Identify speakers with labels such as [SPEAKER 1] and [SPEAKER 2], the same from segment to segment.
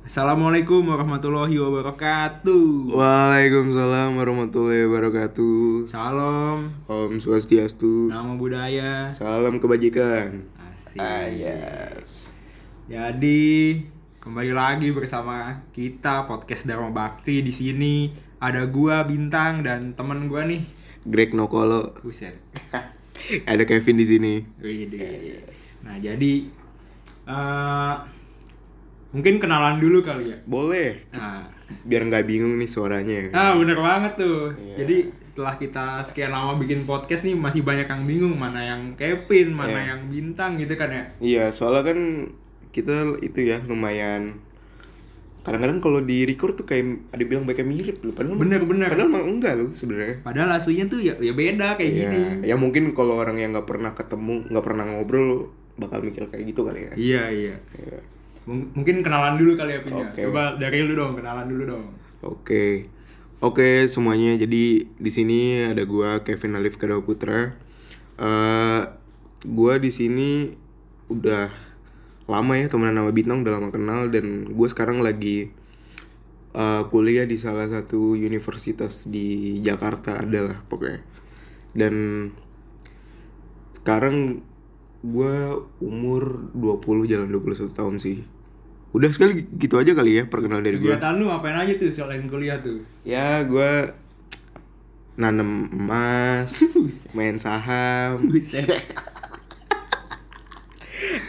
[SPEAKER 1] Assalamualaikum warahmatullahi wabarakatuh.
[SPEAKER 2] Waalaikumsalam warahmatullahi wabarakatuh.
[SPEAKER 1] Salam,
[SPEAKER 2] Om Swastiastu.
[SPEAKER 1] nama budaya.
[SPEAKER 2] Salam kebajikan.
[SPEAKER 1] Asik.
[SPEAKER 2] Ah, yes.
[SPEAKER 1] Jadi kembali lagi bersama kita podcast Dharma Bakti di sini ada gua Bintang dan temen gua nih.
[SPEAKER 2] Greg Nokolo.
[SPEAKER 1] Buset.
[SPEAKER 2] Ada Kevin di sini.
[SPEAKER 1] Widih. Nah, jadi eh, mungkin kenalan dulu kali ya.
[SPEAKER 2] Boleh.
[SPEAKER 1] Nah,
[SPEAKER 2] Biar nggak bingung nih suaranya. ya.
[SPEAKER 1] Ah bener banget tuh.
[SPEAKER 2] Iya.
[SPEAKER 1] Jadi setelah kita sekian lama bikin podcast nih masih banyak yang bingung mana yang Kevin, mana
[SPEAKER 2] Iya.
[SPEAKER 1] yang bintang gitu kan ya.
[SPEAKER 2] Iya, soalnya kan kita itu ya lumayan kadang-kadang kalau di record tuh kayak ada yang bilang mereka mirip loh padahal
[SPEAKER 1] Bener, bener.
[SPEAKER 2] padahal emang enggak loh sebenarnya
[SPEAKER 1] Padahal aslinya tuh ya, ya beda kayak
[SPEAKER 2] Iya,
[SPEAKER 1] gini.
[SPEAKER 2] ya mungkin kalau orang yang nggak pernah ketemu nggak pernah ngobrol bakal mikir kayak gitu kali ya
[SPEAKER 1] Iya iya.
[SPEAKER 2] Iya.
[SPEAKER 1] Mung- mungkin kenalan dulu kali ya Pin ya.
[SPEAKER 2] Oke.
[SPEAKER 1] Coba dari lu dong kenalan dulu dong.
[SPEAKER 2] Oke. Oke semuanya. Jadi di sini ada gua Kevin Alif Kadawa Putra. Eh gua di sini udah lama ya temenan sama Bintang udah lama kenal dan gua sekarang lagi eh, kuliah di salah satu universitas di Jakarta adalah pokoknya. Dan sekarang gua umur 20 jalan 21 tahun sih. Udah sekali gitu aja kali ya perkenalan dari gua
[SPEAKER 1] Kegiatan lu ngapain aja tuh selain kuliah tuh?
[SPEAKER 2] ya gue nanam emas main saham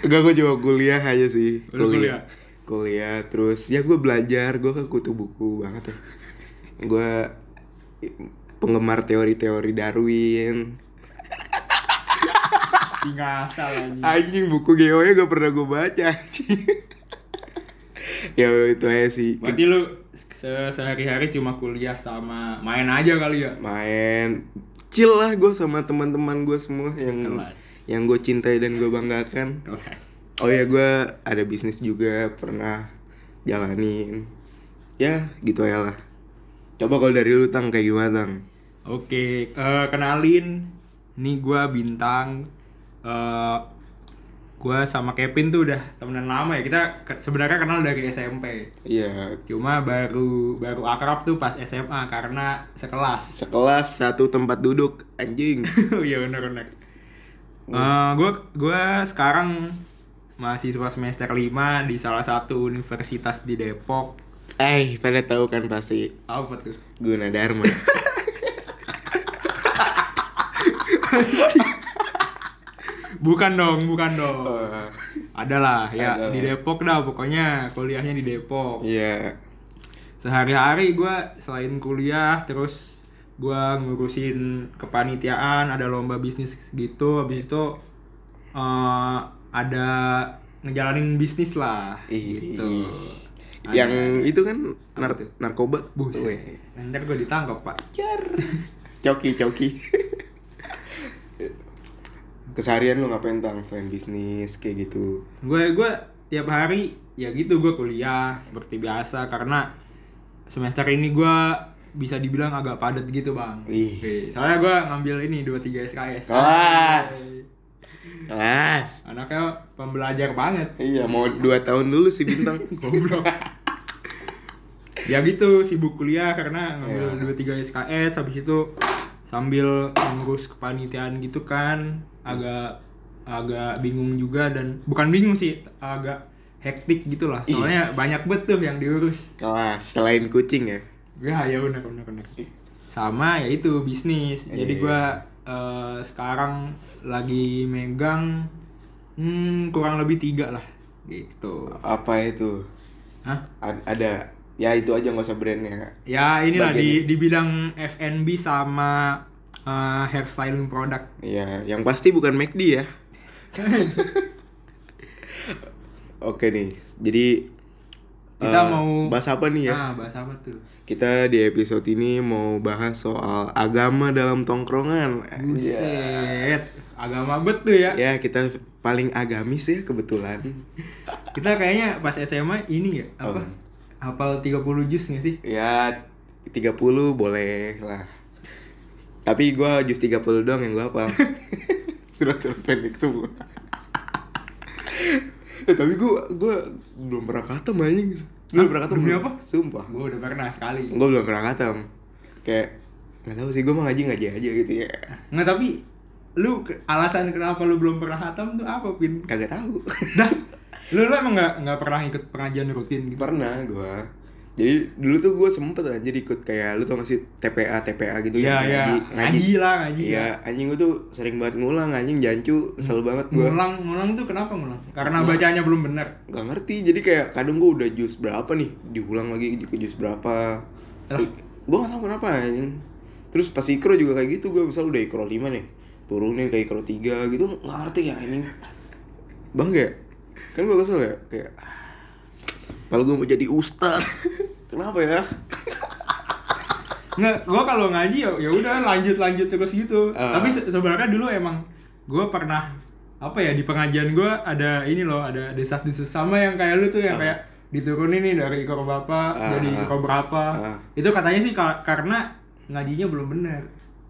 [SPEAKER 2] enggak gue cuma kuliah aja sih
[SPEAKER 1] Lu
[SPEAKER 2] kuliah kuliah terus ya gue belajar gue kan kutu buku banget ya gue penggemar teori-teori Darwin
[SPEAKER 1] Singasal aja.
[SPEAKER 2] anjing buku geo nya gak pernah gue baca anjing. ya itu aja sih
[SPEAKER 1] Berarti lu se- sehari-hari cuma kuliah sama main aja kali ya.
[SPEAKER 2] main chill lah gue sama teman-teman gue semua yang
[SPEAKER 1] Kelas.
[SPEAKER 2] yang gue cintai dan gue banggakan
[SPEAKER 1] Kelas.
[SPEAKER 2] oh ya gue ada bisnis juga pernah jalanin ya gitu ya lah coba kalau dari lu tang kayak gimana tang
[SPEAKER 1] Oke, eh, kenalin nih gua Bintang. Eh gua sama Kevin tuh udah temenan lama ya. Kita ke- sebenarnya kenal dari SMP.
[SPEAKER 2] iya
[SPEAKER 1] Cuma baru baru akrab tuh pas SMA karena sekelas.
[SPEAKER 2] sekelas satu tempat duduk anjing
[SPEAKER 1] Iya benar-benar. Eh gua gua sekarang mahasiswa semester 5 di salah satu universitas di Depok.
[SPEAKER 2] eh pada tahu kan pasti
[SPEAKER 1] Apa tuh?
[SPEAKER 2] guna dharma
[SPEAKER 1] Bukan dong, bukan dong.
[SPEAKER 2] Oh.
[SPEAKER 1] Adalah ya
[SPEAKER 2] Adalah.
[SPEAKER 1] di Depok dah pokoknya kuliahnya di Depok.
[SPEAKER 2] iya
[SPEAKER 1] sehari-hari gue selain kuliah terus gue ngurusin kepanitiaan ada lomba bisnis gitu habis itu eh, ada ngejalanin bisnis lah
[SPEAKER 2] Ih.
[SPEAKER 1] gitu
[SPEAKER 2] yang itu kan nar-
[SPEAKER 1] Apa tuh?
[SPEAKER 2] narkoba Weh.
[SPEAKER 1] buset ntar gue ditangkap pak
[SPEAKER 2] Jar. Coki, coki. Keseharian lu ngapain tang selain bisnis kayak gitu?
[SPEAKER 1] gue gue tiap hari ya gitu gue kuliah seperti biasa karena semester ini gue bisa dibilang agak padat gitu bang
[SPEAKER 2] Ih.
[SPEAKER 1] Oke, soalnya gue ngambil ini 23 SKS
[SPEAKER 2] Kelas. Kelas.
[SPEAKER 1] anaknya pembelajar banget
[SPEAKER 2] Iya, mau dua tahun dulu sih bintang.
[SPEAKER 1] goblok ya gitu sibuk kuliah karena
[SPEAKER 2] Iya.
[SPEAKER 1] ngambil dua tiga SKS habis itu sambil ngurus kepanitiaan gitu kan agak agak bingung juga dan bukan bingung sih agak hektik gitulah soalnya banyak banget tuh yang diurus
[SPEAKER 2] Kelas. Selain kucing ya.
[SPEAKER 1] ya ya benar benar benar sama ya itu bisnis jadi
[SPEAKER 2] Iya.
[SPEAKER 1] gua eh, sekarang lagi megang hmm, kurang lebih tiga lah gitu
[SPEAKER 2] Apa itu?
[SPEAKER 1] Hah?
[SPEAKER 2] A- ada. Ya itu aja nggak usah brandnya.
[SPEAKER 1] Ya inilah
[SPEAKER 2] Bagian
[SPEAKER 1] di, di bidang F&B sama eh, hairstyling produk.
[SPEAKER 2] Iya, yang pasti bukan McD ya. Oke nih. Jadi
[SPEAKER 1] Kita
[SPEAKER 2] eh,
[SPEAKER 1] mau-
[SPEAKER 2] bahas apa nih ya?
[SPEAKER 1] Ah bahasa apa tuh?
[SPEAKER 2] Kita di episode ini mau bahas soal agama dalam tongkrongan.
[SPEAKER 1] Buset, agama bet tuh ya.
[SPEAKER 2] Ya, kita paling agamis ya kebetulan.
[SPEAKER 1] Kita kayaknya pas SMA ini ya apa? Hafal 30 juz gak sih?
[SPEAKER 2] Ya 30 boleh lah. Tapi gua jus 30 doang yang gua apa. Surat-surat pendek semua. eh, tapi gua gua belum pernah kata anjing. Lu udah pernah ketemu?
[SPEAKER 1] Demi apa?
[SPEAKER 2] Sumpah.
[SPEAKER 1] Gue udah pernah sekali.
[SPEAKER 2] Gue belum pernah ketemu. Kayak nggak tahu sih gue mah ngaji ngaji aja gitu ya.
[SPEAKER 1] Nggak tapi lu ke- alasan kenapa lu belum pernah hatam tuh apa pin?
[SPEAKER 2] Kagak tahu.
[SPEAKER 1] Dah, lu, lu emang nggak nggak pernah ikut pengajian rutin gitu?
[SPEAKER 2] pernah gue. Jadi dulu tuh gue sempet aja ikut kayak lu tau gak sih TPA TPA gitu
[SPEAKER 1] Iya
[SPEAKER 2] yang
[SPEAKER 1] iya.
[SPEAKER 2] ngaji ngaji.
[SPEAKER 1] Ngaji lah ngaji.
[SPEAKER 2] Iya anjing gue tuh sering banget ngulang anjing jancu sel banget gue.
[SPEAKER 1] Hmm. Ngulang ngulang tuh kenapa ngulang? Karena bacanya belum benar.
[SPEAKER 2] Gak ngerti jadi kayak kadang gue udah jus berapa nih diulang lagi ke jus berapa.
[SPEAKER 1] Lah.
[SPEAKER 2] Gue gak tau kenapa anjing. Terus pas ikro juga kayak gitu gue misal udah ikro 5 nih turunin ke ikro 3 gitu gak ngerti ya anjing. Bang ya? Kan gue kesel ya kayak. Kalau gue mau jadi ustad kenapa ya?
[SPEAKER 1] Nggak, gua kalau ngaji ya ya udah lanjut lanjut terus gitu.
[SPEAKER 2] Ah.
[SPEAKER 1] Tapi se- sebenarnya dulu emang gua pernah apa ya di pengajian gua ada ini loh ada desas-desus sama yang kayak lu tuh yang kayak diturunin nih dari ikor bapak
[SPEAKER 2] Ah.
[SPEAKER 1] jadi ikor berapa.
[SPEAKER 2] Ah.
[SPEAKER 1] Itu katanya sih ka- karena ngajinya belum benar.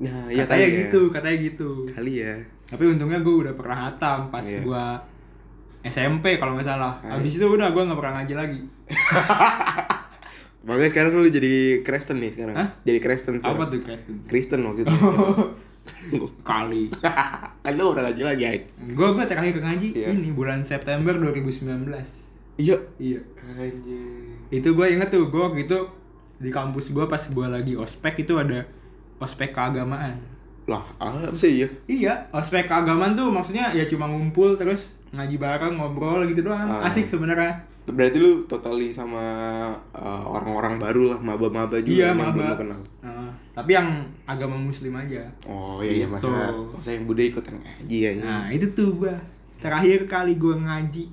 [SPEAKER 2] Nah iya
[SPEAKER 1] Iya
[SPEAKER 2] kali
[SPEAKER 1] katanya
[SPEAKER 2] ya.
[SPEAKER 1] gitu, katanya gitu.
[SPEAKER 2] Kali ya.
[SPEAKER 1] Tapi untungnya gua udah pernah hatam pas
[SPEAKER 2] Iya. Ah.
[SPEAKER 1] gua SMP kalau nggak salah. Habis itu udah gua nggak pernah ngaji lagi.
[SPEAKER 2] Makanya sekarang lu jadi Kristen nih sekarang.
[SPEAKER 1] Hah?
[SPEAKER 2] Jadi Kristen.
[SPEAKER 1] Apa
[SPEAKER 2] sekarang.
[SPEAKER 1] tuh Kristen?
[SPEAKER 2] Kristen waktu itu.
[SPEAKER 1] Kali.
[SPEAKER 2] kan lu udah lagi lagi. Ain.
[SPEAKER 1] Gue gue terakhir ke ngaji
[SPEAKER 2] Iya.
[SPEAKER 1] ini bulan September 2019.
[SPEAKER 2] Iya.
[SPEAKER 1] Iya.
[SPEAKER 2] Anjing.
[SPEAKER 1] Itu gue inget tuh, gue waktu itu di kampus gue pas gue lagi ospek itu ada ospek keagamaan.
[SPEAKER 2] Lah, ah, apa sih iya?
[SPEAKER 1] Iya, ospek keagamaan tuh maksudnya ya cuma ngumpul terus ngaji bareng ngobrol gitu doang.
[SPEAKER 2] Ah.
[SPEAKER 1] Asik sebenarnya.
[SPEAKER 2] Berarti lu totally sama eh, orang-orang baru lah, maba-maba juga
[SPEAKER 1] Iya,
[SPEAKER 2] yang belum
[SPEAKER 1] maba.
[SPEAKER 2] lu kenal.
[SPEAKER 1] Nah, tapi yang agama muslim aja.
[SPEAKER 2] Oh iya, iya
[SPEAKER 1] Gitu.
[SPEAKER 2] masa, masa yang Buddha ikutan ngaji ya.
[SPEAKER 1] Nah, itu tuh gue terakhir kali gue ngaji.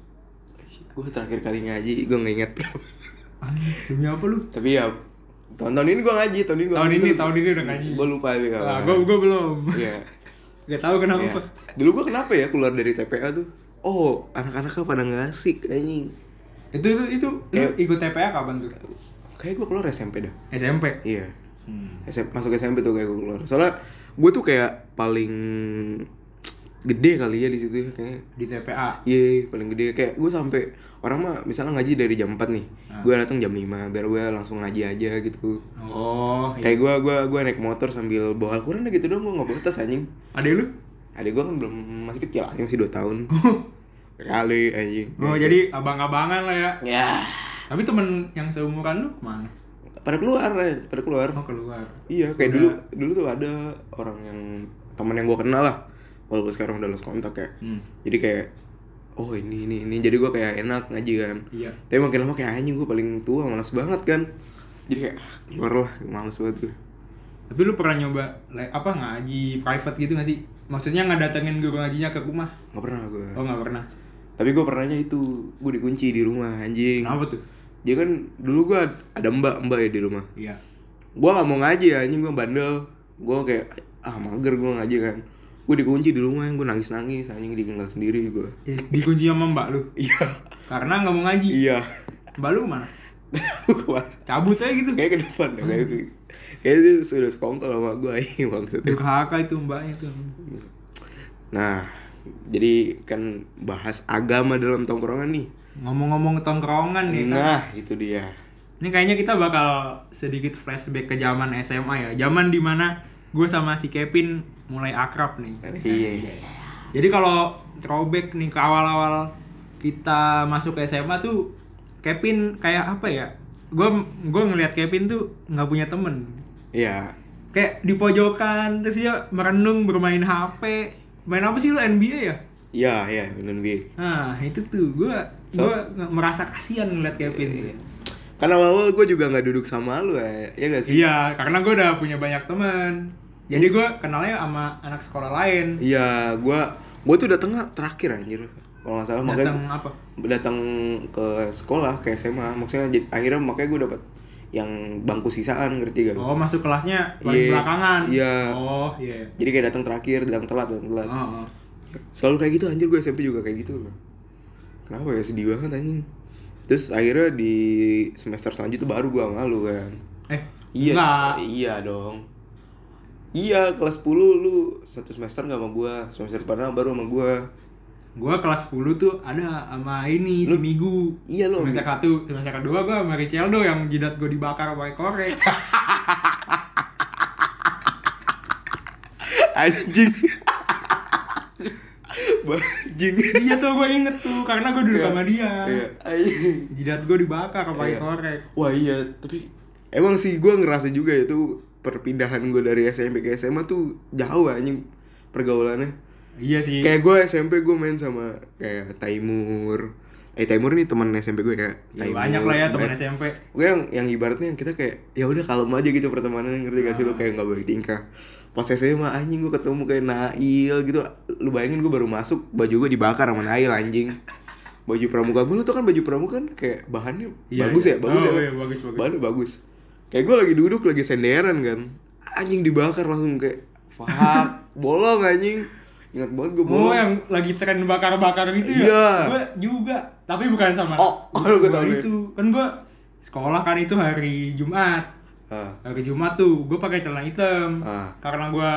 [SPEAKER 2] Gue terakhir kali ngaji, gue nggak inget.
[SPEAKER 1] Ah, Demi apa lu?
[SPEAKER 2] Tapi ya, tahun-tahun ini gue ngaji, tahun ini gue
[SPEAKER 1] Tahun ini, tahun ini udah ngaji.
[SPEAKER 2] Gue lupa ya.
[SPEAKER 1] Nah, gue gue belum.
[SPEAKER 2] Iya.
[SPEAKER 1] Gak tahu
[SPEAKER 2] Iya.
[SPEAKER 1] kenapa.
[SPEAKER 2] Dulu gue kenapa ya keluar dari TPA tuh? Oh, anak-anaknya pada nggak asik anjing.
[SPEAKER 1] itu itu itu lu
[SPEAKER 2] Kayak-
[SPEAKER 1] ikut TPA kapan tuh
[SPEAKER 2] Kayak gue keluar SMP dah.
[SPEAKER 1] SMP
[SPEAKER 2] Iya.
[SPEAKER 1] Hmm.
[SPEAKER 2] SM masuk SMP tuh kayak gue keluar. Soalnya gue tuh kayak paling gede kali ya di situ ya kayak.
[SPEAKER 1] di TPA
[SPEAKER 2] Iya, paling gede kayak gue sampai orang mah misalnya ngaji dari jam 4 nih.
[SPEAKER 1] Ah.
[SPEAKER 2] Gue datang jam 5 biar gue langsung ngaji aja gitu.
[SPEAKER 1] oh iya.
[SPEAKER 2] Kayak gue gua gua naik motor sambil bawa Al-Qur'an udah gitu doang gue nggak bawa tas anjing.
[SPEAKER 1] ada lu
[SPEAKER 2] Adik gue kan belum masih kecil anjing masih 2 tahun. Kali anjing.
[SPEAKER 1] oh jadi abang-abangan lah ya
[SPEAKER 2] Ya.
[SPEAKER 1] tapi temen yang seumuran lu kemana
[SPEAKER 2] Pada keluar, eh, pada keluar.
[SPEAKER 1] mau keluar
[SPEAKER 2] Iya, kayak dulu dulu tuh ada orang yang teman yang gua kenal lah. Walaupun sekarang udah lost kontak ya.
[SPEAKER 1] hmm.
[SPEAKER 2] Jadi kayak oh ini ini ini jadi gua kayak enak ngaji kan.
[SPEAKER 1] iya
[SPEAKER 2] Tapi makin lama kayak anjing gua paling tua malas banget kan. Jadi kayak ah, keluar lah, malas banget gue.
[SPEAKER 1] tapi lu pernah nyoba le- apa ngaji private gitu gak sih maksudnya ngedatengin guru ngajinya ke rumah
[SPEAKER 2] Gak pernah gua.
[SPEAKER 1] oh nggak pernah
[SPEAKER 2] Tapi gua pernahnya itu gua dikunci di rumah anjing.
[SPEAKER 1] kenapa tuh
[SPEAKER 2] Dia kan dulu gua ada mbak-mbak ya di rumah.
[SPEAKER 1] iya
[SPEAKER 2] gua gak mau ngaji ya, anjing gua bandel gua kayak ah mager gua ngaji kan gua dikunci di rumah gua nangis nangis anjing ditinggal sendiri gua
[SPEAKER 1] Eh, dikunci sama mbak lu
[SPEAKER 2] iya
[SPEAKER 1] karena nggak mau ngaji
[SPEAKER 2] iya
[SPEAKER 1] mbak lu kemana
[SPEAKER 2] Kemana?
[SPEAKER 1] cabut aja gitu
[SPEAKER 2] kayak ke depan dah, kayak kayak dia sudah sekongkol sama gua anjing maksudnya
[SPEAKER 1] durhaka itu mbaknya tuh
[SPEAKER 2] nah jadi kan bahas agama dalam tongkrongan nih
[SPEAKER 1] ngomong-ngomong tongkrongan nih kan
[SPEAKER 2] nah itu dia
[SPEAKER 1] Ini kayaknya kita bakal sedikit flashback ke zaman SMA ya. Zaman dimana gue sama si Kevin mulai akrab nih.
[SPEAKER 2] iya
[SPEAKER 1] Jadi kalau throwback nih ke awal-awal kita masuk SMA tuh Kevin kayak apa ya? Gue gue ngelihat Kevin tuh nggak punya temen.
[SPEAKER 2] iya
[SPEAKER 1] Kayak di pojokan terus dia merenung bermain HP. Main apa sih lu NBA ya?
[SPEAKER 2] iya iya bener bi
[SPEAKER 1] Nah itu tuh gue gue merasa kasihan ngeliat Kevin.
[SPEAKER 2] kan awal-awal gua juga nggak duduk sama lu ya, ya gak sih
[SPEAKER 1] Iya, karena gue udah punya banyak temen. Jadi gue kenalnya sama anak sekolah lain.
[SPEAKER 2] Iya, gua gua tuh datangnya terakhir anjir. Kalau nggak salah Iya, makanya
[SPEAKER 1] Datang apa?
[SPEAKER 2] datang ke sekolah ke SMA maksudnya jadi, akhirnya makanya gue dapat yang bangku sisaan ngerti gak lu?
[SPEAKER 1] Oh, masuk kelasnya paling
[SPEAKER 2] Iya,
[SPEAKER 1] belakangan.
[SPEAKER 2] iya.
[SPEAKER 1] Oh, iya.
[SPEAKER 2] Jadi kayak datang terakhir, datang telat, datang telat.
[SPEAKER 1] Oh, oh.
[SPEAKER 2] Selalu kayak gitu anjir gue SMP juga kayak gitu loh. Kenapa ya sedih banget anjing. Terus akhirnya di semester selanjutnya baru gua sama lu kan.
[SPEAKER 1] Eh,
[SPEAKER 2] Iya.
[SPEAKER 1] enggak.
[SPEAKER 2] Iya dong. Iya, kelas 10 lu satu semester gak sama gua, semester depan baru sama gua.
[SPEAKER 1] Gua kelas 10 tuh ada sama ini si Migu.
[SPEAKER 2] Iya, lu-
[SPEAKER 1] Semester 1, semester 2 gua sama Richeldo yang jidat gua dibakar pakai korek.
[SPEAKER 2] Anjing. Anjing.
[SPEAKER 1] Iya tuh gua inget tuh karena gua duduk sama dia.
[SPEAKER 2] Iya, anjing.
[SPEAKER 1] Jidat gua dibakar pakai
[SPEAKER 2] Iya.
[SPEAKER 1] korek.
[SPEAKER 2] Wah iya, tapi emang sih gue ngerasa juga itu perpindahan gue dari SMP ke SMA tuh jauh anjing pergaulannya.
[SPEAKER 1] Iya sih.
[SPEAKER 2] Kayak gue SMP gue main sama kayak Taimur. Eh Taimur nih teman SMP gue kayak
[SPEAKER 1] Ya,
[SPEAKER 2] Taimur.
[SPEAKER 1] banyak lah ya teman
[SPEAKER 2] Banyak-
[SPEAKER 1] SMP.
[SPEAKER 2] Gue yang yang ibaratnya yang kita kayak ya udah kalem aja gitu pertemanan ngerti gak sih
[SPEAKER 1] Ah.
[SPEAKER 2] lu kayak nggak boleh tingkah. Pas SMA anjing gue ketemu kayak Nail gitu. Lu bayangin gue baru masuk baju gue dibakar sama Nail anjing. Baju pramuka gue lu tuh kan baju pramuka kan kayak bahannya
[SPEAKER 1] Iya,
[SPEAKER 2] bagus
[SPEAKER 1] iya.
[SPEAKER 2] ya, bagus
[SPEAKER 1] Oh,
[SPEAKER 2] ya. kan?
[SPEAKER 1] iya, bagus, bagus.
[SPEAKER 2] Bahannya bagus. Kayak gue lagi duduk lagi senderan kan. Anjing dibakar langsung kayak fuck, bolong anjing. Ingat banget gue bolong.
[SPEAKER 1] Oh, yang lagi tren bakar-bakar gitu ya?
[SPEAKER 2] Iya.
[SPEAKER 1] Gue juga, tapi bukan sama.
[SPEAKER 2] Oh, oh, lu
[SPEAKER 1] gua
[SPEAKER 2] ketahuan ya?
[SPEAKER 1] itu kan gue sekolah kan itu hari Jumat.
[SPEAKER 2] Ah.
[SPEAKER 1] Hari Jumat tuh gue pakai celana hitam
[SPEAKER 2] Ah.
[SPEAKER 1] karena gue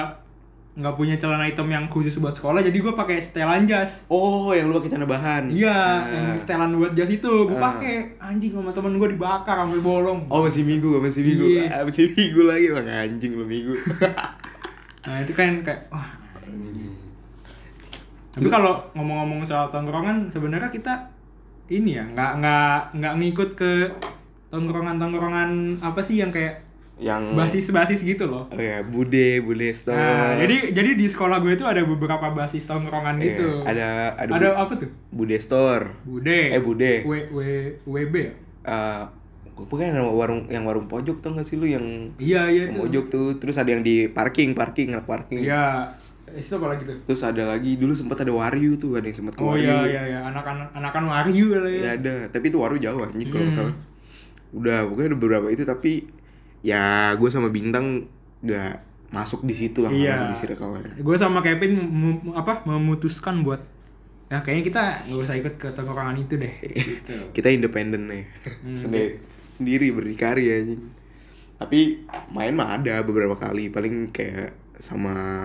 [SPEAKER 1] nggak punya celana hitam yang khusus buat sekolah, jadi gue pakai setelan jas.
[SPEAKER 2] Oh, yang lu pakai tanda bahan.
[SPEAKER 1] Iya, yang
[SPEAKER 2] Ah.
[SPEAKER 1] setelan buat jas itu gue pakai. Anjing sama temen gue dibakar sampai bolong.
[SPEAKER 2] Oh masih minggu, masih minggu,
[SPEAKER 1] Iya.
[SPEAKER 2] Ah, masih minggu lagi bang anjing lu minggu.
[SPEAKER 1] Nah itu kan kayak wah. Tapi kalau ngomong-ngomong soal tongkrongan, sebenarnya kita ini ya nggak nggak nggak ngikut ke tongkrongan-tongkrongan apa sih yang kayak
[SPEAKER 2] yang
[SPEAKER 1] basis-basis gitu loh.
[SPEAKER 2] oh ya bude bude store.
[SPEAKER 1] Nah, jadi jadi di sekolah gue itu ada beberapa basis tongkrongan
[SPEAKER 2] Iya,
[SPEAKER 1] gitu.
[SPEAKER 2] ada ada,
[SPEAKER 1] ada
[SPEAKER 2] Bu-
[SPEAKER 1] apa tuh?
[SPEAKER 2] bude store.
[SPEAKER 1] Bude.
[SPEAKER 2] Eh, Bude.
[SPEAKER 1] W W WB. ya?
[SPEAKER 2] Eh, gue bukan yang warung yang warung pojok tuh nggak sih lu yang
[SPEAKER 1] Iya iya
[SPEAKER 2] yang
[SPEAKER 1] itu.
[SPEAKER 2] pojok tuh terus ada yang di parking parking rak parking
[SPEAKER 1] Iya. Itu apa lagi tuh?
[SPEAKER 2] terus ada lagi dulu sempat ada waryu tuh ada yang sempat ke
[SPEAKER 1] Oh
[SPEAKER 2] waryu
[SPEAKER 1] iya iya iya anak-anak anakan Wariu lah ya.
[SPEAKER 2] Ya ada, tapi itu waru jauh anjing kalau nggak
[SPEAKER 1] Hmm.
[SPEAKER 2] salah. Udah, pokoknya ada beberapa itu tapi ya gue sama Bintang gak masuk di situ lah, nggak
[SPEAKER 1] Iya.
[SPEAKER 2] masuk di circle-nya.
[SPEAKER 1] gue sama Kevin mem- mem- apa memutuskan buat ya kayaknya kita nggak usah ikut ke tongkrongan itu deh gitu.
[SPEAKER 2] Kita independen nih.
[SPEAKER 1] Hmm.
[SPEAKER 2] Sendiri, sendiri berdikari anjing. Tapi main mah ada beberapa kali, paling kayak sama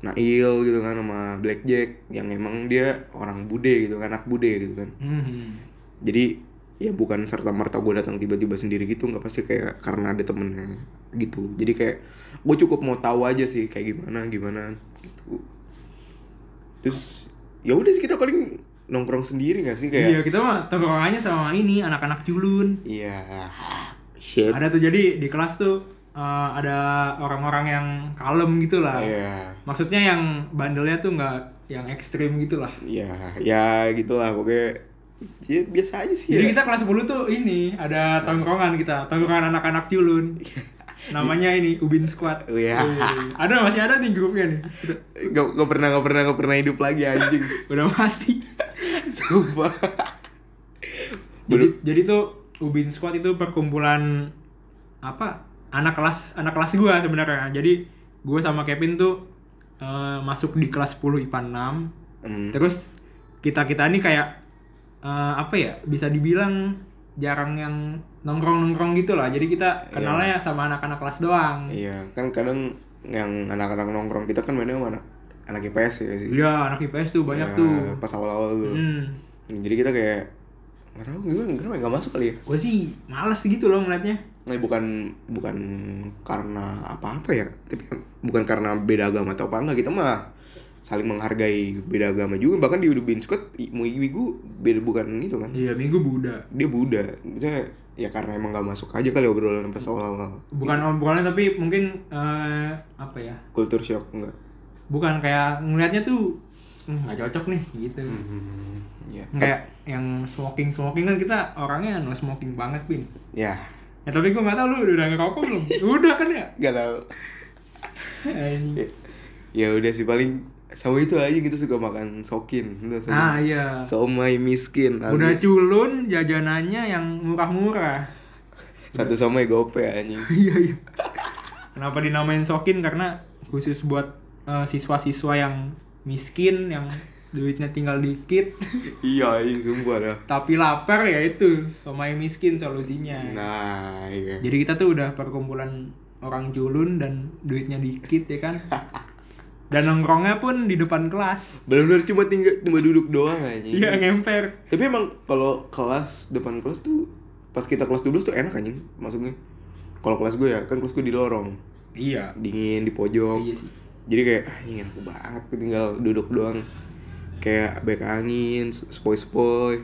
[SPEAKER 2] Nail gitu kan sama Blackjack yang emang dia orang bude gitu kan, anak bude gitu kan.
[SPEAKER 1] Hmm.
[SPEAKER 2] Jadi ya bukan serta merta gue datang tiba-tiba sendiri gitu nggak pasti kayak karena ada temennya gitu jadi kayak gue cukup mau tahu aja sih kayak gimana gimana gitu terus ya udah sih kita paling nongkrong sendiri gak sih
[SPEAKER 1] iya
[SPEAKER 2] kayak
[SPEAKER 1] kita mah tongkrongannya sama ini anak-anak culun
[SPEAKER 2] iya shit
[SPEAKER 1] ada tuh jadi di kelas tuh eh, ada orang-orang yang kalem gitu lah
[SPEAKER 2] iya
[SPEAKER 1] maksudnya yang bandelnya tuh nggak yang ekstrim gitu lah
[SPEAKER 2] ya ya gitulah pokoknya ya, biasa aja sih
[SPEAKER 1] jadi
[SPEAKER 2] ya.
[SPEAKER 1] kita kelas 10 tuh ini ada tongkrongan kita tongkrongan anak-anak culun namanya ini Ubin Squad
[SPEAKER 2] Iya.
[SPEAKER 1] Wih. ada masih ada nih grupnya nih
[SPEAKER 2] gak, gak pernah gak pernah gak pernah hidup lagi anjing
[SPEAKER 1] udah mati
[SPEAKER 2] sumpah
[SPEAKER 1] Jadi, jadi tuh Ubin Squad itu perkumpulan apa? Anak kelas anak kelas gua sebenarnya. Jadi gua sama Kevin tuh eh, masuk di kelas 10 IPA 6.
[SPEAKER 2] Hmm,
[SPEAKER 1] Terus kita-kita ini kayak eh, apa ya? Bisa dibilang jarang yang nongkrong-nongkrong gitu lah. Jadi kita kenalnya sama anak-anak kelas doang.
[SPEAKER 2] Iya, kan kadang yang anak-anak nongkrong kita kan mainnya sama anak anak IPS ya sih.
[SPEAKER 1] Iya, anak IPS tuh banyak
[SPEAKER 2] Ya,
[SPEAKER 1] tuh.
[SPEAKER 2] Pas awal-awal tuh.
[SPEAKER 1] Hmm.
[SPEAKER 2] Jadi kita kayak nggak tahu gimana, kenapa nggak masuk kali ya?
[SPEAKER 1] Gue sih males gitu loh ngeliatnya.
[SPEAKER 2] Nah, bukan bukan karena apa-apa ya, tapi bukan karena beda agama atau apa enggak kita mah saling menghargai beda agama juga bahkan di Udubin Squad Ibu Ibu beda bukan itu kan
[SPEAKER 1] Iya, Minggu Buddha.
[SPEAKER 2] dia Buddha maksudnya ya karena emang nggak masuk aja kali obrolan pas awal-awal
[SPEAKER 1] Bukan obrolannya tapi mungkin eh, apa ya?
[SPEAKER 2] kultur shock enggak
[SPEAKER 1] bukan kayak ngelihatnya tuh "Hmm, nggak cocok nih gitu
[SPEAKER 2] ya
[SPEAKER 1] kayak yang smoking smoking kan kita orangnya no smoking banget pin
[SPEAKER 2] ya
[SPEAKER 1] ya tapi gue nggak tahu lu udah ngerokok belum udah kan ya
[SPEAKER 2] nggak tahu
[SPEAKER 1] Anjing.
[SPEAKER 2] Ya- ya udah sih paling sama itu aja kita suka makan sokin udah saja.
[SPEAKER 1] ah iya
[SPEAKER 2] somai miskin
[SPEAKER 1] udah
[SPEAKER 2] habis.
[SPEAKER 1] culun jajanannya yang murah-murah
[SPEAKER 2] satu somai gope anjing
[SPEAKER 1] iya iya kenapa dinamain sokin karena khusus buat eh, siswa-siswa yang miskin yang duitnya tinggal dikit
[SPEAKER 2] iya anjing sumpah dah
[SPEAKER 1] tapi lapar ya itu somai miskin solusinya
[SPEAKER 2] nah iya
[SPEAKER 1] Jadi kita tuh udah perkumpulan orang culun dan duitnya dikit ya kan. ya Dan nongkrongnya pun di depan kelas.
[SPEAKER 2] Benar-benar cuma tinggal cuma duduk doang aja.
[SPEAKER 1] Iya, ngemper.
[SPEAKER 2] Tapi emang kalau kelas depan kelas tuh pas kita kelas 12 tuh enak anjing maksudnya. Kalau kelas gue ya, kan kelas gue di lorong,
[SPEAKER 1] Iya.
[SPEAKER 2] dingin di pojok.
[SPEAKER 1] Iya sih.
[SPEAKER 2] Jadi kayak anjing enak banget gue tinggal duduk doang. Kayak baik angin, sepoi-sepoi.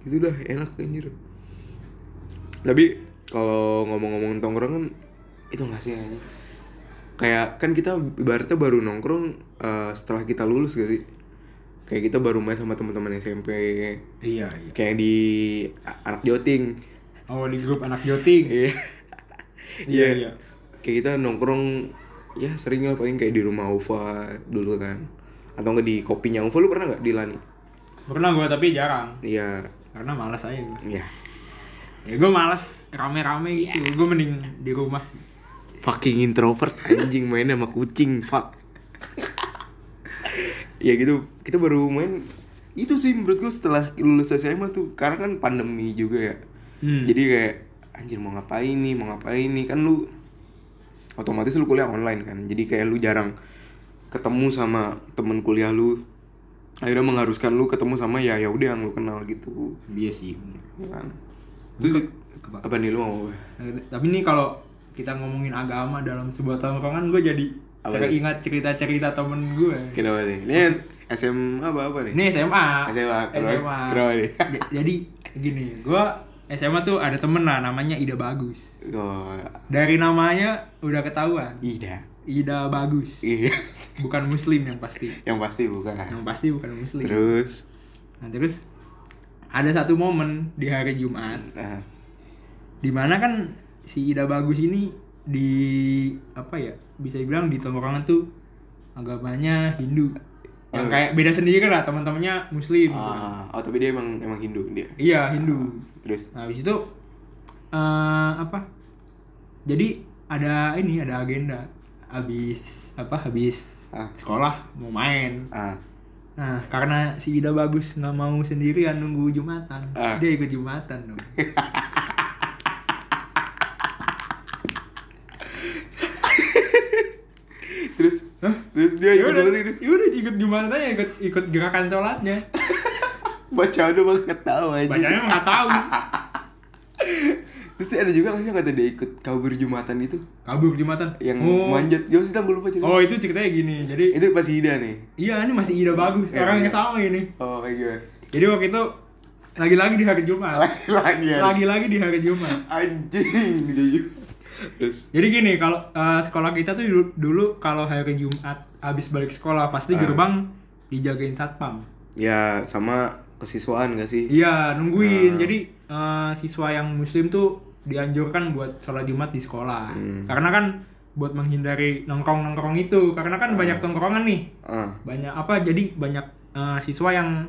[SPEAKER 2] Itu udah enak anjir. Tapi kalau ngomong-ngomong tongkrong kan itu nggak sih anjing. Kayak kan kita ibaratnya baru nongkrong eh, setelah kita lulus gak sih? Kayak kita baru main sama teman-teman SMP
[SPEAKER 1] Iya, iya.
[SPEAKER 2] kayak yang di a- anak joting
[SPEAKER 1] Oh, di grup anak joting.
[SPEAKER 2] iya
[SPEAKER 1] Iya,
[SPEAKER 2] iya
[SPEAKER 1] iya.
[SPEAKER 2] kayak kita nongkrong ya sering lah paling kayak di rumah Ufa dulu kan atau nggak di kopinya Ufa lu pernah nggak di Lani
[SPEAKER 1] Pernah gua tapi jarang.
[SPEAKER 2] iya
[SPEAKER 1] Karena malas aja gua.
[SPEAKER 2] ya
[SPEAKER 1] Ya gua malas rame-rame gitu. Gua mending di rumah.
[SPEAKER 2] fucking introvert anjing main sama kucing fuck ya gitu kita baru main itu sih menurut gue setelah lulus SMA tuh karena kan pandemi juga ya
[SPEAKER 1] Hmm.
[SPEAKER 2] jadi kayak anjir mau ngapain nih mau ngapain nih kan lu otomatis lu kuliah online kan jadi kayak lu jarang ketemu sama temen kuliah lu akhirnya mengharuskan lu ketemu sama ya ya udah yang lu kenal gitu
[SPEAKER 1] Iya sih.
[SPEAKER 2] ya kan terus apa nih lu mau apa?
[SPEAKER 1] Nah, Tapi nih kalau kita ngomongin agama dalam sebuah tongkrongan, gue jadi
[SPEAKER 2] Apa tuh?
[SPEAKER 1] teringat cerita-cerita temen gue.
[SPEAKER 2] kenapa nih ini SMA apa apa nih
[SPEAKER 1] Ini SMA.
[SPEAKER 2] SMA, kenapa-
[SPEAKER 1] SMA.
[SPEAKER 2] kenapa nih?
[SPEAKER 1] J- jadi gini, gue SMA tuh ada temen lah namanya Ida Bagus.
[SPEAKER 2] oh
[SPEAKER 1] Dari namanya udah ketahuan.
[SPEAKER 2] Ida
[SPEAKER 1] Ida Bagus.
[SPEAKER 2] iya
[SPEAKER 1] Bukan muslim yang pasti.
[SPEAKER 2] yang pasti bukan
[SPEAKER 1] Yang pasti bukan muslim.
[SPEAKER 2] terus
[SPEAKER 1] Nah, terus ada satu momen di hari Jumat
[SPEAKER 2] nah,
[SPEAKER 1] dimana kan si Ida Bagus ini di apa ya bisa dibilang di tongkrongan tuh agamanya Hindu yang
[SPEAKER 2] Oh.
[SPEAKER 1] kayak beda sendiri lah teman-temannya Muslim gitu.
[SPEAKER 2] ah, oh tapi dia emang emang Hindu dia
[SPEAKER 1] iya Hindu
[SPEAKER 2] terus
[SPEAKER 1] nah habis itu eh apa jadi ada ini ada agenda habis apa habis
[SPEAKER 2] Ah.
[SPEAKER 1] sekolah mau main
[SPEAKER 2] ah
[SPEAKER 1] nah karena si Ida Bagus nggak mau sendirian nunggu Jumatan
[SPEAKER 2] Ah.
[SPEAKER 1] dia ikut Jumatan dong
[SPEAKER 2] terus terus dia
[SPEAKER 1] ya
[SPEAKER 2] ikut
[SPEAKER 1] udah
[SPEAKER 2] banget gitu.
[SPEAKER 1] ya udah ikut gimana aja ikut ikut gerakan sholatnya
[SPEAKER 2] baca udah banget ketawa aja
[SPEAKER 1] bacanya emang nggak tahu
[SPEAKER 2] terus ada juga nggak sih yang kata dia ikut kabur jumatan gitu
[SPEAKER 1] kabur jumatan
[SPEAKER 2] yang
[SPEAKER 1] oh.
[SPEAKER 2] manjat jauh sih gue lupa cerita
[SPEAKER 1] oh itu ceritanya gini jadi
[SPEAKER 2] itu pas Hida nih
[SPEAKER 1] iya ini masih ide bagus
[SPEAKER 2] Iya,
[SPEAKER 1] orang
[SPEAKER 2] iya.
[SPEAKER 1] yang sama ini
[SPEAKER 2] oh my god
[SPEAKER 1] jadi waktu itu lagi-lagi di hari Jumat
[SPEAKER 2] lagi lagi ya.
[SPEAKER 1] lagi-lagi di hari Jumat
[SPEAKER 2] anjing jadi terus
[SPEAKER 1] Jadi gini, kalau eh, sekolah kita tuh dulu, dulu kalau hari Jumat habis balik sekolah pasti gerbang dijagain satpam.
[SPEAKER 2] ya sama kesiswaan gak sih
[SPEAKER 1] Iya, nungguin. Jadi eh, siswa yang muslim tuh dianjurkan buat sholat Jumat di sekolah. Karena kan buat menghindari nongkrong-nongkrong itu. Karena kan banyak tongkrongan nih.
[SPEAKER 2] ah
[SPEAKER 1] Banyak apa? Jadi banyak eh, siswa yang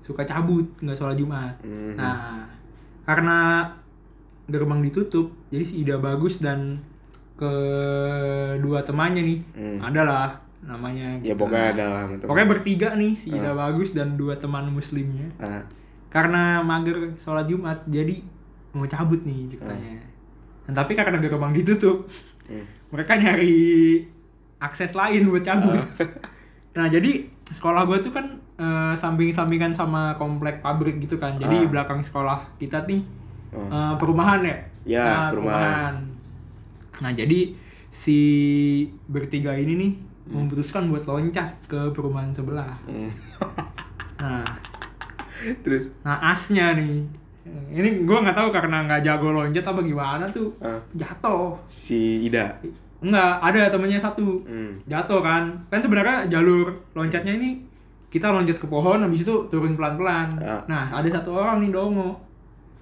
[SPEAKER 1] suka cabut nggak sholat Jumat.
[SPEAKER 2] Hmm.
[SPEAKER 1] Nah, karena gerbang ditutup, jadi si Ida Bagus dan kedua temannya nih,
[SPEAKER 2] Hmm.
[SPEAKER 1] adalah namanya. gitu.
[SPEAKER 2] ya pokoknya ada lah teman
[SPEAKER 1] Pokoknya bertiga nih si Ida Bagus dan dua teman muslimnya.
[SPEAKER 2] ah
[SPEAKER 1] Karena mager sholat Jumat, jadi mau cabut nih
[SPEAKER 2] Ah.
[SPEAKER 1] ceritanya. Nah, tapi karena gerbang ditutup,
[SPEAKER 2] Hmm.
[SPEAKER 1] mereka nyari akses lain buat cabut.
[SPEAKER 2] Oh.
[SPEAKER 1] Nah jadi sekolah gue tuh kan eh, samping-sampingan sama komplek pabrik gitu kan. Jadi
[SPEAKER 2] Ah.
[SPEAKER 1] belakang sekolah kita nih
[SPEAKER 2] Oh.
[SPEAKER 1] eh, perumahan ya.
[SPEAKER 2] Ya,
[SPEAKER 1] Nah,
[SPEAKER 2] perumahan.
[SPEAKER 1] Nah jadi si bertiga ini nih memutuskan buat loncat ke perumahan sebelah.
[SPEAKER 2] Hmm.
[SPEAKER 1] Nah
[SPEAKER 2] terus
[SPEAKER 1] naasnya nih ini gue nggak tahu karena nggak jago loncat apa gimana tuh
[SPEAKER 2] Ah.
[SPEAKER 1] jatuh
[SPEAKER 2] si Ida
[SPEAKER 1] Enggak, ada temennya satu
[SPEAKER 2] Hmm.
[SPEAKER 1] jatuh kan. Kan sebenarnya jalur loncatnya ini kita loncat ke pohon habis itu turun pelan-pelan.
[SPEAKER 2] Ah.
[SPEAKER 1] Nah, ada satu orang nih dongo.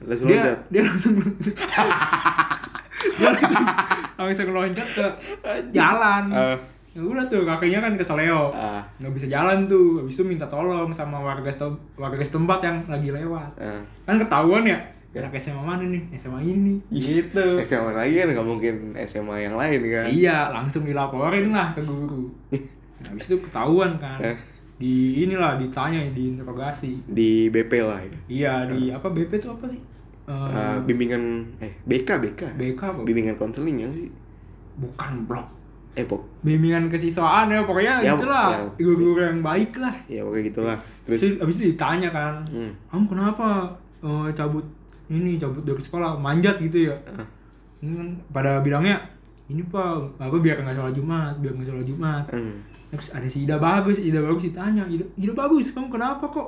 [SPEAKER 2] langsung
[SPEAKER 1] Dia
[SPEAKER 2] loncat
[SPEAKER 1] dia langsung dia langsung, langsung loncat ke jalan.
[SPEAKER 2] Ah.
[SPEAKER 1] Ya udah tuh kakinya kan keseleo.
[SPEAKER 2] Ah.
[SPEAKER 1] Nggak bisa jalan tuh. Habis itu minta tolong sama warga setem- warga setempat yang lagi lewat.
[SPEAKER 2] ah
[SPEAKER 1] Kan ketahuan ya.
[SPEAKER 2] Ya.
[SPEAKER 1] Anak SMA mana nih? SMA ini. Gitu.
[SPEAKER 2] SMA lagi kan nggak mungkin SMA yang lain kan
[SPEAKER 1] Iya, langsung dilaporin lah ke guru. Nah, Habis itu ketahuan kan.
[SPEAKER 2] Eh.
[SPEAKER 1] Di inilah ditanya, diinterogasi.
[SPEAKER 2] di BP lah ya
[SPEAKER 1] Iya, di apa BP itu apa sih? Eh,
[SPEAKER 2] Ah, bimbingan eh BK BK
[SPEAKER 1] BK apa?
[SPEAKER 2] bimbingan konseling ya sih
[SPEAKER 1] Bukan blok.
[SPEAKER 2] eh pok
[SPEAKER 1] bimbingan kesiswaan ya pokoknya
[SPEAKER 2] Ya,
[SPEAKER 1] gitulah
[SPEAKER 2] ya.
[SPEAKER 1] guru-guru yang baik lah
[SPEAKER 2] ya pokoknya gitulah terus
[SPEAKER 1] Terus abis itu ditanya kan,
[SPEAKER 2] Hmm.
[SPEAKER 1] kamu kenapa eh, cabut ini cabut dari sekolah manjat gitu ya?
[SPEAKER 2] Eh.
[SPEAKER 1] Ini kan Pada bilangnya ini pak apa biar nggak sholat jumat, biar nggak sholat jumat.
[SPEAKER 2] hmm.
[SPEAKER 1] Terus ada si Ida bagus, Ida bagus ditanya, Ida, Ida bagus, kamu kenapa kok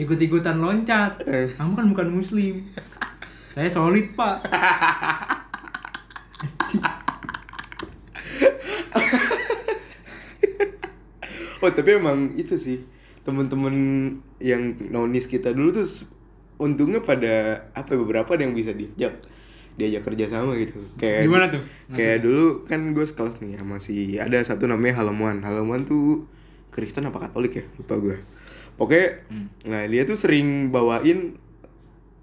[SPEAKER 1] ikut-ikutan loncat?
[SPEAKER 2] Eh.
[SPEAKER 1] Kamu kan bukan muslim. Saya solid pak.
[SPEAKER 2] oh tapi emang itu sih temen-temen yang nonis kita dulu tuh s- untungnya pada apa ya, beberapa ada yang bisa diajak diajak kerja sama gitu kayak
[SPEAKER 1] Gimana tuh?
[SPEAKER 2] kayak dulu kan gue sekelas nih sama si ada satu namanya Halamuan Halamuan tuh Kristen apa Katolik ya lupa gue Oke,
[SPEAKER 1] Hmm.
[SPEAKER 2] nah dia tuh sering bawain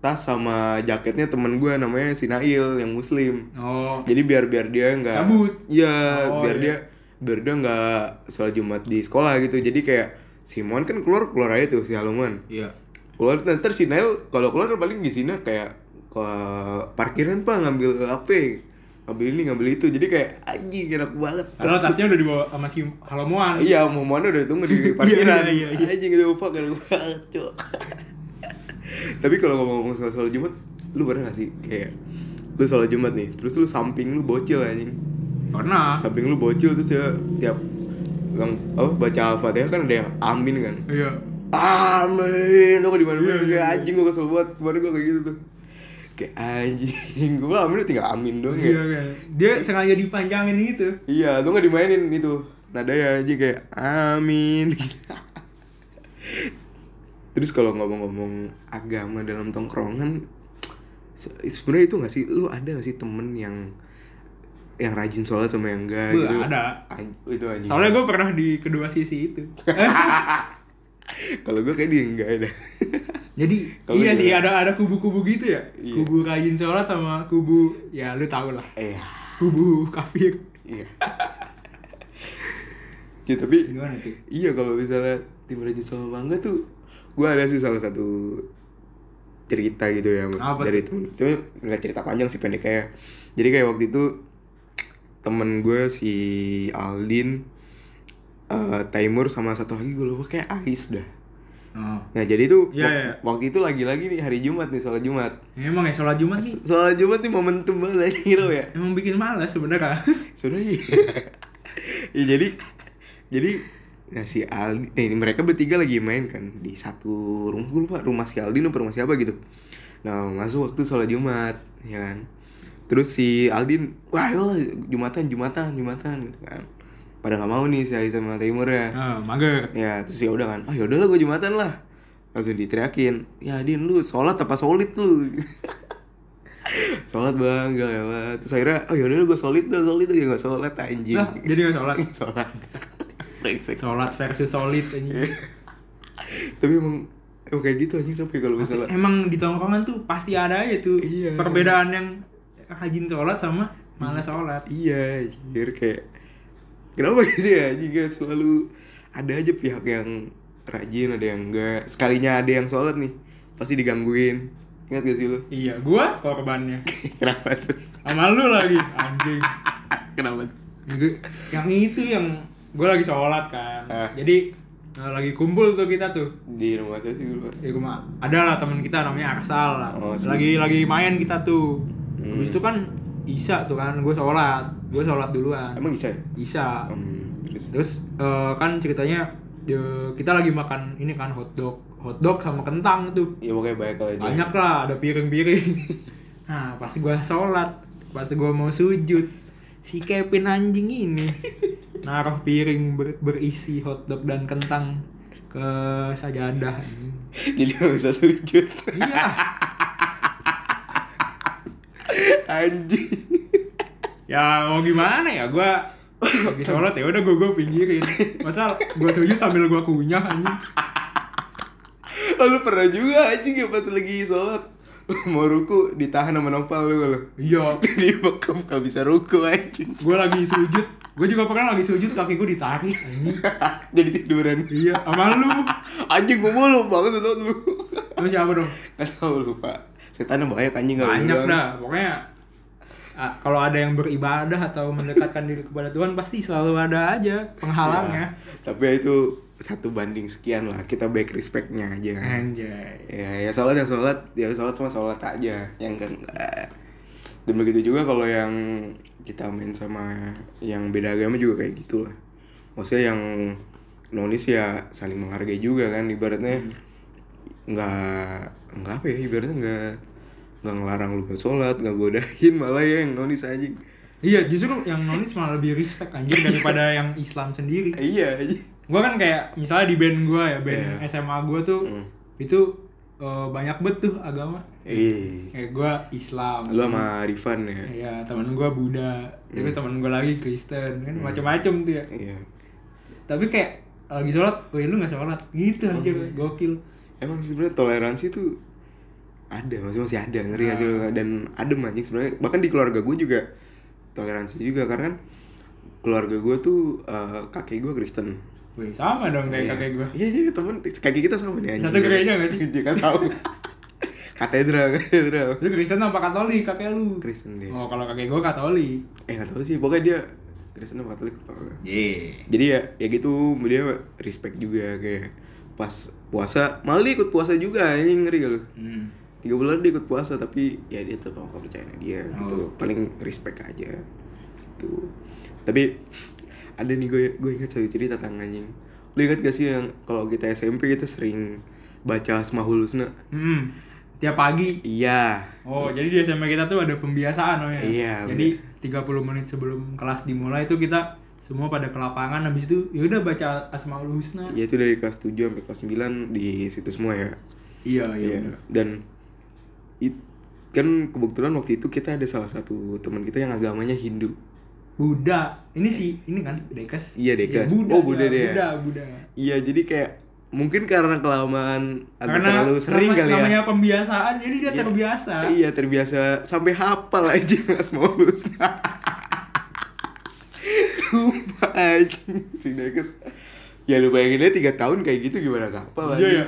[SPEAKER 2] tas sama jaketnya temen gue namanya si Nail yang Muslim.
[SPEAKER 1] Oh,
[SPEAKER 2] Jadi biar biar dia nggak
[SPEAKER 1] Cabut.
[SPEAKER 2] Iya,
[SPEAKER 1] Oh,
[SPEAKER 2] biar
[SPEAKER 1] iya.
[SPEAKER 2] dia biar dia nggak sholat Jumat di sekolah gitu. Jadi kayak Simon kan keluar keluar aja tuh si Haluman.
[SPEAKER 1] iya.
[SPEAKER 2] Keluar nah, ntar si Nail kalau keluar kan paling di sini kayak ke parkiran pak ngambil HP ngambil ini ngambil itu jadi kayak anjing enak banget
[SPEAKER 1] Padahal tasnya udah dibawa sama si Halomoan.
[SPEAKER 2] iya mau mana udah tunggu di parkiran
[SPEAKER 1] Iya, iya, iya, iya.
[SPEAKER 2] anjing gitu fuck enak banget cok tapi kalau ngomong-ngomong soal sholat jumat lu pernah gak sih kayak lu sholat jumat nih terus lu samping lu bocil anjing
[SPEAKER 1] Pernah.
[SPEAKER 2] samping lu bocil terus ya tiap yang apa baca al-fatihah kan ada yang amin kan
[SPEAKER 1] Iya.
[SPEAKER 2] amin lu kok di mana
[SPEAKER 1] Iya, iya,
[SPEAKER 2] mana kayak
[SPEAKER 1] iya.
[SPEAKER 2] anjing gua kesel banget kemarin gua kayak gitu tuh kayak anjing gua bilang, amin lu tinggal amin doang ya
[SPEAKER 1] Iya kan. Dia sengaja dipanjangin gitu.
[SPEAKER 2] Iya, lu gak dimainin itu Nada ya aja kayak amin Terus kalau ngomong-ngomong agama dalam tongkrongan se- sebenarnya itu gak sih, lu ada gak sih temen yang yang rajin sholat sama yang enggak
[SPEAKER 1] Gua
[SPEAKER 2] gitu?
[SPEAKER 1] ada.
[SPEAKER 2] Anj- itu anjing
[SPEAKER 1] Soalnya gue pernah di kedua sisi itu.
[SPEAKER 2] Kalau gue kayak dia enggak ada
[SPEAKER 1] Jadi
[SPEAKER 2] Kalau
[SPEAKER 1] iya
[SPEAKER 2] gimana?
[SPEAKER 1] sih ada ada kubu-kubu gitu ya.
[SPEAKER 2] Iya.
[SPEAKER 1] Kubu rajin sholat sama kubu ya lu tau lah.
[SPEAKER 2] Iya,
[SPEAKER 1] Kubu kafir.
[SPEAKER 2] iya Ya tapi
[SPEAKER 1] Gimana tuh?
[SPEAKER 2] Iya kalau misalnya tim rajin sama bangga tuh gue ada sih salah satu cerita gitu ya
[SPEAKER 1] Apa
[SPEAKER 2] dari temen tapi nggak cerita panjang sih pendek kayak jadi kayak waktu itu temen gue si Aldin eh Taimur sama satu lagi gue lupa kayak Ais dah
[SPEAKER 1] Oh.
[SPEAKER 2] nah jadi tuh
[SPEAKER 1] Iya,
[SPEAKER 2] wak-
[SPEAKER 1] iya.
[SPEAKER 2] waktu itu lagi-lagi nih hari Jumat nih sholat Jumat
[SPEAKER 1] Emang ya sholat Jumat nih
[SPEAKER 2] sholat Jumat nih momentum banget anjing, Rob, ya
[SPEAKER 1] emang bikin malas sebenarnya.
[SPEAKER 2] Sudah iya. ya jadi jadi nah si Aldi nih mereka bertiga lagi main kan di satu rumah gue lupa rumah si Aldi apa rumah siapa gitu. Nah masuk waktu sholat Jumat ya kan. Terus si Aldin, wah ayolah Jumatan, Jumatan, Jumatan gitu kan. Pada nggak mau nih si Ais sama Timur ya
[SPEAKER 1] Ah, mager.
[SPEAKER 2] ya terus ya udah kan oh yaudah lah gue jumatan lah langsung diteriakin ya din lu sholat apa solid lu sholat bang gak ya lah terus akhirnya oh yaudah lah gue solid dah solid aja gak sholat anjing
[SPEAKER 1] Lah, jadi gak sholat.
[SPEAKER 2] sholat Brengsek.
[SPEAKER 1] Sholat versus solid anjing.
[SPEAKER 2] Iya, tapi emang emang kayak gitu anjing kenapa ya kalau misalnya
[SPEAKER 1] Emang di tongkrongan tuh pasti ada aja tuh
[SPEAKER 2] Iya.
[SPEAKER 1] perbedaan yang rajin sholat sama malas sholat.
[SPEAKER 2] iya anjir kayak kenapa gitu ya anjing kayak selalu ada aja pihak yang rajin ada yang enggak sekalinya ada yang sholat nih pasti digangguin ingat gak sih lu
[SPEAKER 1] Iya, gua korbannya.
[SPEAKER 2] kenapa tuh
[SPEAKER 1] Sama lu lagi anjing.
[SPEAKER 2] Kenapa?
[SPEAKER 1] Gue- yang itu yang gue lagi sholat kan
[SPEAKER 2] Ah.
[SPEAKER 1] jadi eh, lagi kumpul tuh kita tuh
[SPEAKER 2] Di rumah saya sih dulu.
[SPEAKER 1] di rumah ada lah teman kita namanya Arsal lah
[SPEAKER 2] Oh, sih.
[SPEAKER 1] lagi lagi main kita tuh
[SPEAKER 2] Hmm.
[SPEAKER 1] habis itu kan Isa tuh kan gue sholat gue sholat duluan
[SPEAKER 2] Emang bisa ya?
[SPEAKER 1] Isa
[SPEAKER 2] Hmm, terus
[SPEAKER 1] terus eh, kan ceritanya eh, kita lagi makan ini kan hotdog hotdog sama kentang tuh
[SPEAKER 2] ya pokoknya banyak kalau itu.
[SPEAKER 1] banyak lah ada piring-piring nah pas gua sholat pas gua mau sujud si Kevin anjing ini naruh piring ber- berisi hotdog dan kentang ke sajadah anjing.
[SPEAKER 2] Jadi gak bisa sujud.
[SPEAKER 1] iya
[SPEAKER 2] Anjing.
[SPEAKER 1] ya mau gimana ya gua lagi sholat ya udah gua gua pinggirin masa gua sujud sambil gua kunyah anjing
[SPEAKER 2] Oh, lu pernah juga anjing ya pas lagi sholat. Lu mau ruku ditahan sama nopal lu kalau.
[SPEAKER 1] iya
[SPEAKER 2] Di bekam gak bisa ruku anjing.
[SPEAKER 1] gua lagi sujud gua juga pernah lagi sujud kaki gua ditarik anjing
[SPEAKER 2] Jadi tiduran.
[SPEAKER 1] iya sama lu
[SPEAKER 2] Anjing gue mulu banget tuh lu.
[SPEAKER 1] lu siapa dong
[SPEAKER 2] Gak tau lupa. Setan yang banyak anjing gak lu
[SPEAKER 1] banyak
[SPEAKER 2] doang.
[SPEAKER 1] dah pokoknya Ah, kalau ada yang beribadah atau mendekatkan diri kepada Tuhan pasti selalu ada aja penghalangnya.
[SPEAKER 2] Tapi ya itu satu banding sekian lah. Kita baik respectnya aja.
[SPEAKER 1] Anjay.
[SPEAKER 2] Ya, ya sholat yang sholat, ya sholat cuma sholat aja. Yang kan eh. dan begitu juga kalau yang kita main sama yang beda agama juga kayak gitulah. Maksudnya yang nonis ya saling menghargai juga kan ibaratnya nggak nggak apa ya ibaratnya nggak nggak ngelarang lu buat sholat nggak godain malah ya yang nonis aja
[SPEAKER 1] Iya, justru yang nonis malah lebih respect anjir daripada yang Islam sendiri.
[SPEAKER 2] iya aja
[SPEAKER 1] Gua kan kayak misalnya di band gua ya, band SMA gua tuh itu eh, banyak bet tuh agama.
[SPEAKER 2] eh
[SPEAKER 1] Kayak gua Islam.
[SPEAKER 2] lu sama Rifan ya
[SPEAKER 1] Iya, temen gua Buddha, tapi
[SPEAKER 2] Hmm.
[SPEAKER 1] temen gua lagi Kristen, kan macam-macam tuh ya.
[SPEAKER 2] iya
[SPEAKER 1] Tapi kayak lagi sholat, weh lu gak sholat, gitu
[SPEAKER 2] Oh,
[SPEAKER 1] aja,
[SPEAKER 2] iya.
[SPEAKER 1] gokil.
[SPEAKER 2] emang sih sebenarnya toleransi tuh ada masih masih ada ngeri nggak sih lu?
[SPEAKER 1] Hmm.
[SPEAKER 2] dan adem aja sebenarnya bahkan di keluarga gue juga toleransi juga karena kan keluarga gue tuh eh, kakek gue Kristen
[SPEAKER 1] Weh sama dong kayak
[SPEAKER 2] Iya.
[SPEAKER 1] kakek gua.
[SPEAKER 2] Iya jadi temen kaki kita sama nih anjing.
[SPEAKER 1] Satu gereja nggak sih?
[SPEAKER 2] Dia nggak tahu. katedral katedral.
[SPEAKER 1] Lu Kristen apa Katolik kakek lu?
[SPEAKER 2] Kristen dia.
[SPEAKER 1] Oh kalau kakek gua Katolik.
[SPEAKER 2] Eh nggak tahu sih pokoknya dia Kristen apa Katolik nggak tahu.
[SPEAKER 1] Ye.
[SPEAKER 2] Jadi ya ya gitu dia respect juga kayak pas puasa malah dia ikut puasa juga anjing ngeri gak lu?
[SPEAKER 1] Hmm.
[SPEAKER 2] Tiga bulan dia ikut puasa tapi ya dia tetap sama kepercayaannya dia
[SPEAKER 1] Oh,
[SPEAKER 2] gitu paling respect aja gitu. Tapi ada nih gue gue ingat satu cerita tentang anjing. Lu ingat gak sih yang kalau kita SMP kita sering baca Asmaul Husna?
[SPEAKER 1] Hmm. Tiap pagi.
[SPEAKER 2] Iya.
[SPEAKER 1] Oh, jadi di SMA kita tuh ada pembiasaan oh ya.
[SPEAKER 2] Iya,
[SPEAKER 1] Jadi 30 menit sebelum kelas dimulai itu kita semua pada ke lapangan habis itu ya udah baca Asmaul Husna.
[SPEAKER 2] Ya itu dari kelas 7 sampai kelas 9 di situ semua ya.
[SPEAKER 1] Iya, iya.
[SPEAKER 2] Iya. Dan it- kan kebetulan waktu itu kita ada salah satu teman kita yang agamanya Hindu.
[SPEAKER 1] Buddha. Ini sih ini kan Dekes.
[SPEAKER 2] Eh. Iya, Dekes.
[SPEAKER 1] Buddha,
[SPEAKER 2] Oh, Buddha
[SPEAKER 1] ya.
[SPEAKER 2] dia.
[SPEAKER 1] Buddha, Buddha.
[SPEAKER 2] Iya, jadi kayak mungkin karena kelamaan agak
[SPEAKER 1] Karena
[SPEAKER 2] terlalu sering
[SPEAKER 1] nama-
[SPEAKER 2] kali ya.
[SPEAKER 1] Namanya pembiasaan, jadi dia
[SPEAKER 2] Iya.
[SPEAKER 1] terbiasa.
[SPEAKER 2] Iya, terbiasa sampai hafal aja Mas Maulus. Sumpah anjing, si Dekes. Ya lu bayangin aja tiga tahun kayak gitu gimana gak
[SPEAKER 1] Iya,
[SPEAKER 2] hafal anjing.
[SPEAKER 1] iya.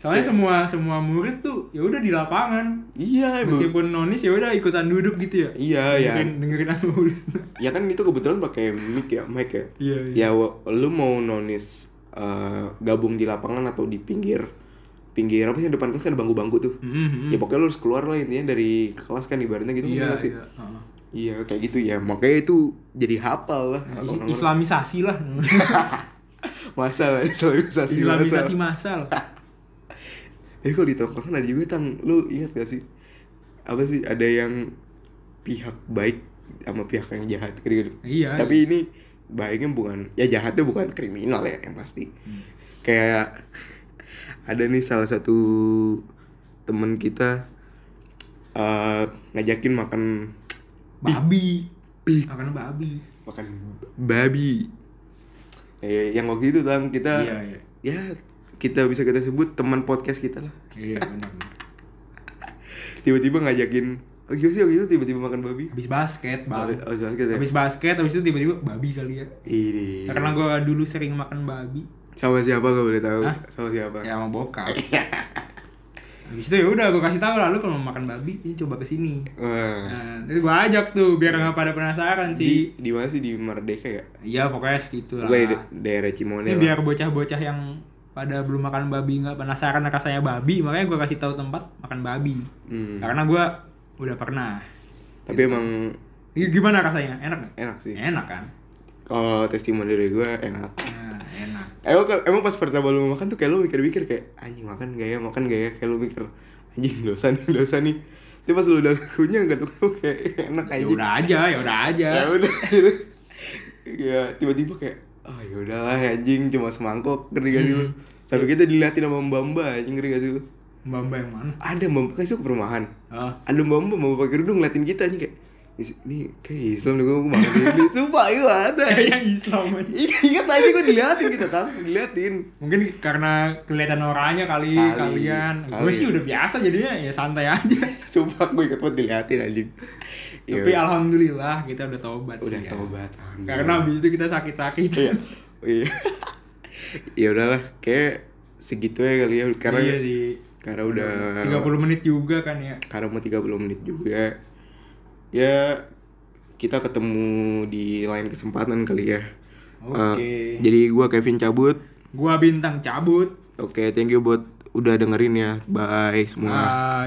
[SPEAKER 1] Soalnya semua semua murid tuh ya udah di lapangan.
[SPEAKER 2] Iya, emang.
[SPEAKER 1] Meskipun nonis ya udah ikutan duduk gitu ya.
[SPEAKER 2] Iya, ya.
[SPEAKER 1] Dengerin, dengerin Asmaul Husna.
[SPEAKER 2] ya kan itu kebetulan pakai mic ya mic ya
[SPEAKER 1] Iya, iya.
[SPEAKER 2] ya wa- lu mau nonis eh, gabung di lapangan atau di pinggir pinggir apa sih yang depan kelas kan ada bangku-bangku tuh
[SPEAKER 1] Hmm,
[SPEAKER 2] ya pokoknya lu harus keluar lah intinya dari kelas kan ibaratnya gitu
[SPEAKER 1] Iya,
[SPEAKER 2] bener nggak sih
[SPEAKER 1] iya. Heeh.
[SPEAKER 2] iya kayak gitu ya makanya itu jadi hafal lah
[SPEAKER 1] Is-
[SPEAKER 2] orang-orang.
[SPEAKER 1] Islamisasi lah.
[SPEAKER 2] masalah islamisasi masalah
[SPEAKER 1] Islamisasi massal.
[SPEAKER 2] tapi kalau di tongkrongan ada juga tang lu ingat gak sih apa sih ada yang pihak baik sama pihak yang jahat gitu
[SPEAKER 1] Iya.
[SPEAKER 2] tapi ini baiknya bukan ya jahatnya bukan kriminal ya yang pasti
[SPEAKER 1] Hmm.
[SPEAKER 2] kayak ada nih salah satu temen kita eh ngajakin makan
[SPEAKER 1] babi.
[SPEAKER 2] Ih.
[SPEAKER 1] Makan babi.
[SPEAKER 2] makan babi Eh, yang waktu itu tang kita
[SPEAKER 1] Iya, iya.
[SPEAKER 2] ya kita bisa kita sebut teman podcast kita lah
[SPEAKER 1] Iya, benar.
[SPEAKER 2] tiba-tiba ngajakin oh gimana sih waktu itu tiba-tiba makan babi
[SPEAKER 1] Habis basket, bang.
[SPEAKER 2] oh jelas gitu ya Iya.
[SPEAKER 1] Habis basket, habis itu tiba-tiba babi kali ya.
[SPEAKER 2] ini
[SPEAKER 1] Karena gua dulu sering makan babi.
[SPEAKER 2] sama siapa gak boleh tahu
[SPEAKER 1] Hah?
[SPEAKER 2] sama siapa
[SPEAKER 1] Ya sama bokap.
[SPEAKER 2] Iya.
[SPEAKER 1] Habis itu ya udah gua kasih tahu lah lu kalau mau makan babi, ini coba ke sini.
[SPEAKER 2] Wah.
[SPEAKER 1] Nah, terus gua ajak tuh biar nggak pada penasaran sih.
[SPEAKER 2] Iya. di di mana sih di Merdeka ya
[SPEAKER 1] Iya pokoknya segitu lah.
[SPEAKER 2] Gue da- daerah Cimone
[SPEAKER 1] Ini
[SPEAKER 2] lah.
[SPEAKER 1] biar bocah-bocah yang pada belum makan babi nggak penasaran rasanya babi, makanya gua kasih tahu tempat makan babi.
[SPEAKER 2] Hmm.
[SPEAKER 1] Karena gua udah pernah.
[SPEAKER 2] Tapi emang
[SPEAKER 1] Ini Gimana rasanya? Enak nggak?
[SPEAKER 2] enak sih.
[SPEAKER 1] Enak kan?
[SPEAKER 2] Kalau testimoni dari gue enak.
[SPEAKER 1] Nah, enak.
[SPEAKER 2] Emang, emang pas pertama lu makan tuh kayak lu mikir-mikir kayak anjing makan gak ya, makan gak ya, kayak lu mikir anjing dosa nih, dosa nih. Tapi pas lu udah lakunya gak tuh lu kayak enak
[SPEAKER 1] Ya
[SPEAKER 2] anjing.
[SPEAKER 1] udah aja, ya udah aja.
[SPEAKER 2] Ya udah. ya tiba-tiba kayak ah ya udahlah anjing cuma semangkok ngeri gak sih lu.
[SPEAKER 1] Hmm.
[SPEAKER 2] Sampai kita diliatin sama Mbak Mbak anjing ngeri gak sih lu.
[SPEAKER 1] Mbak Mbak yang mana?
[SPEAKER 2] Ada Mbak Mbak kan itu ke perumahan.
[SPEAKER 1] Oh.
[SPEAKER 2] ada mamba mau pakai kerudung ngeliatin kita aja kayak "Is- ini kayak Islam nih gue mau makan ini sumpah itu ada
[SPEAKER 1] Kayak Islam aja.
[SPEAKER 2] Iya, ingat aja gue diliatin kita tahu diliatin
[SPEAKER 1] Mungkin karena kelihatan orangnya kali,
[SPEAKER 2] Kali,
[SPEAKER 1] kalian. Gue
[SPEAKER 2] kali.
[SPEAKER 1] sih udah biasa jadinya ya santai aja.
[SPEAKER 2] sumpah gue ikut banget diliatin anjing Iya,
[SPEAKER 1] Tapi alhamdulillah kita udah tobat
[SPEAKER 2] udah
[SPEAKER 1] sih ya.
[SPEAKER 2] taubat
[SPEAKER 1] Karena habis itu kita sakit-sakit.
[SPEAKER 2] iya iya ya udahlah kayak segitu ya kali ya karena
[SPEAKER 1] iya sih.
[SPEAKER 2] karena udah
[SPEAKER 1] 30 menit juga kan ya.
[SPEAKER 2] karena mau 30 menit juga ya kita ketemu di lain kesempatan kali ya.
[SPEAKER 1] Oke.
[SPEAKER 2] Eh, jadi gua Kevin cabut.
[SPEAKER 1] Gua bintang cabut.
[SPEAKER 2] Oke, thank you buat udah dengerin ya. Bye semua.
[SPEAKER 1] Bye.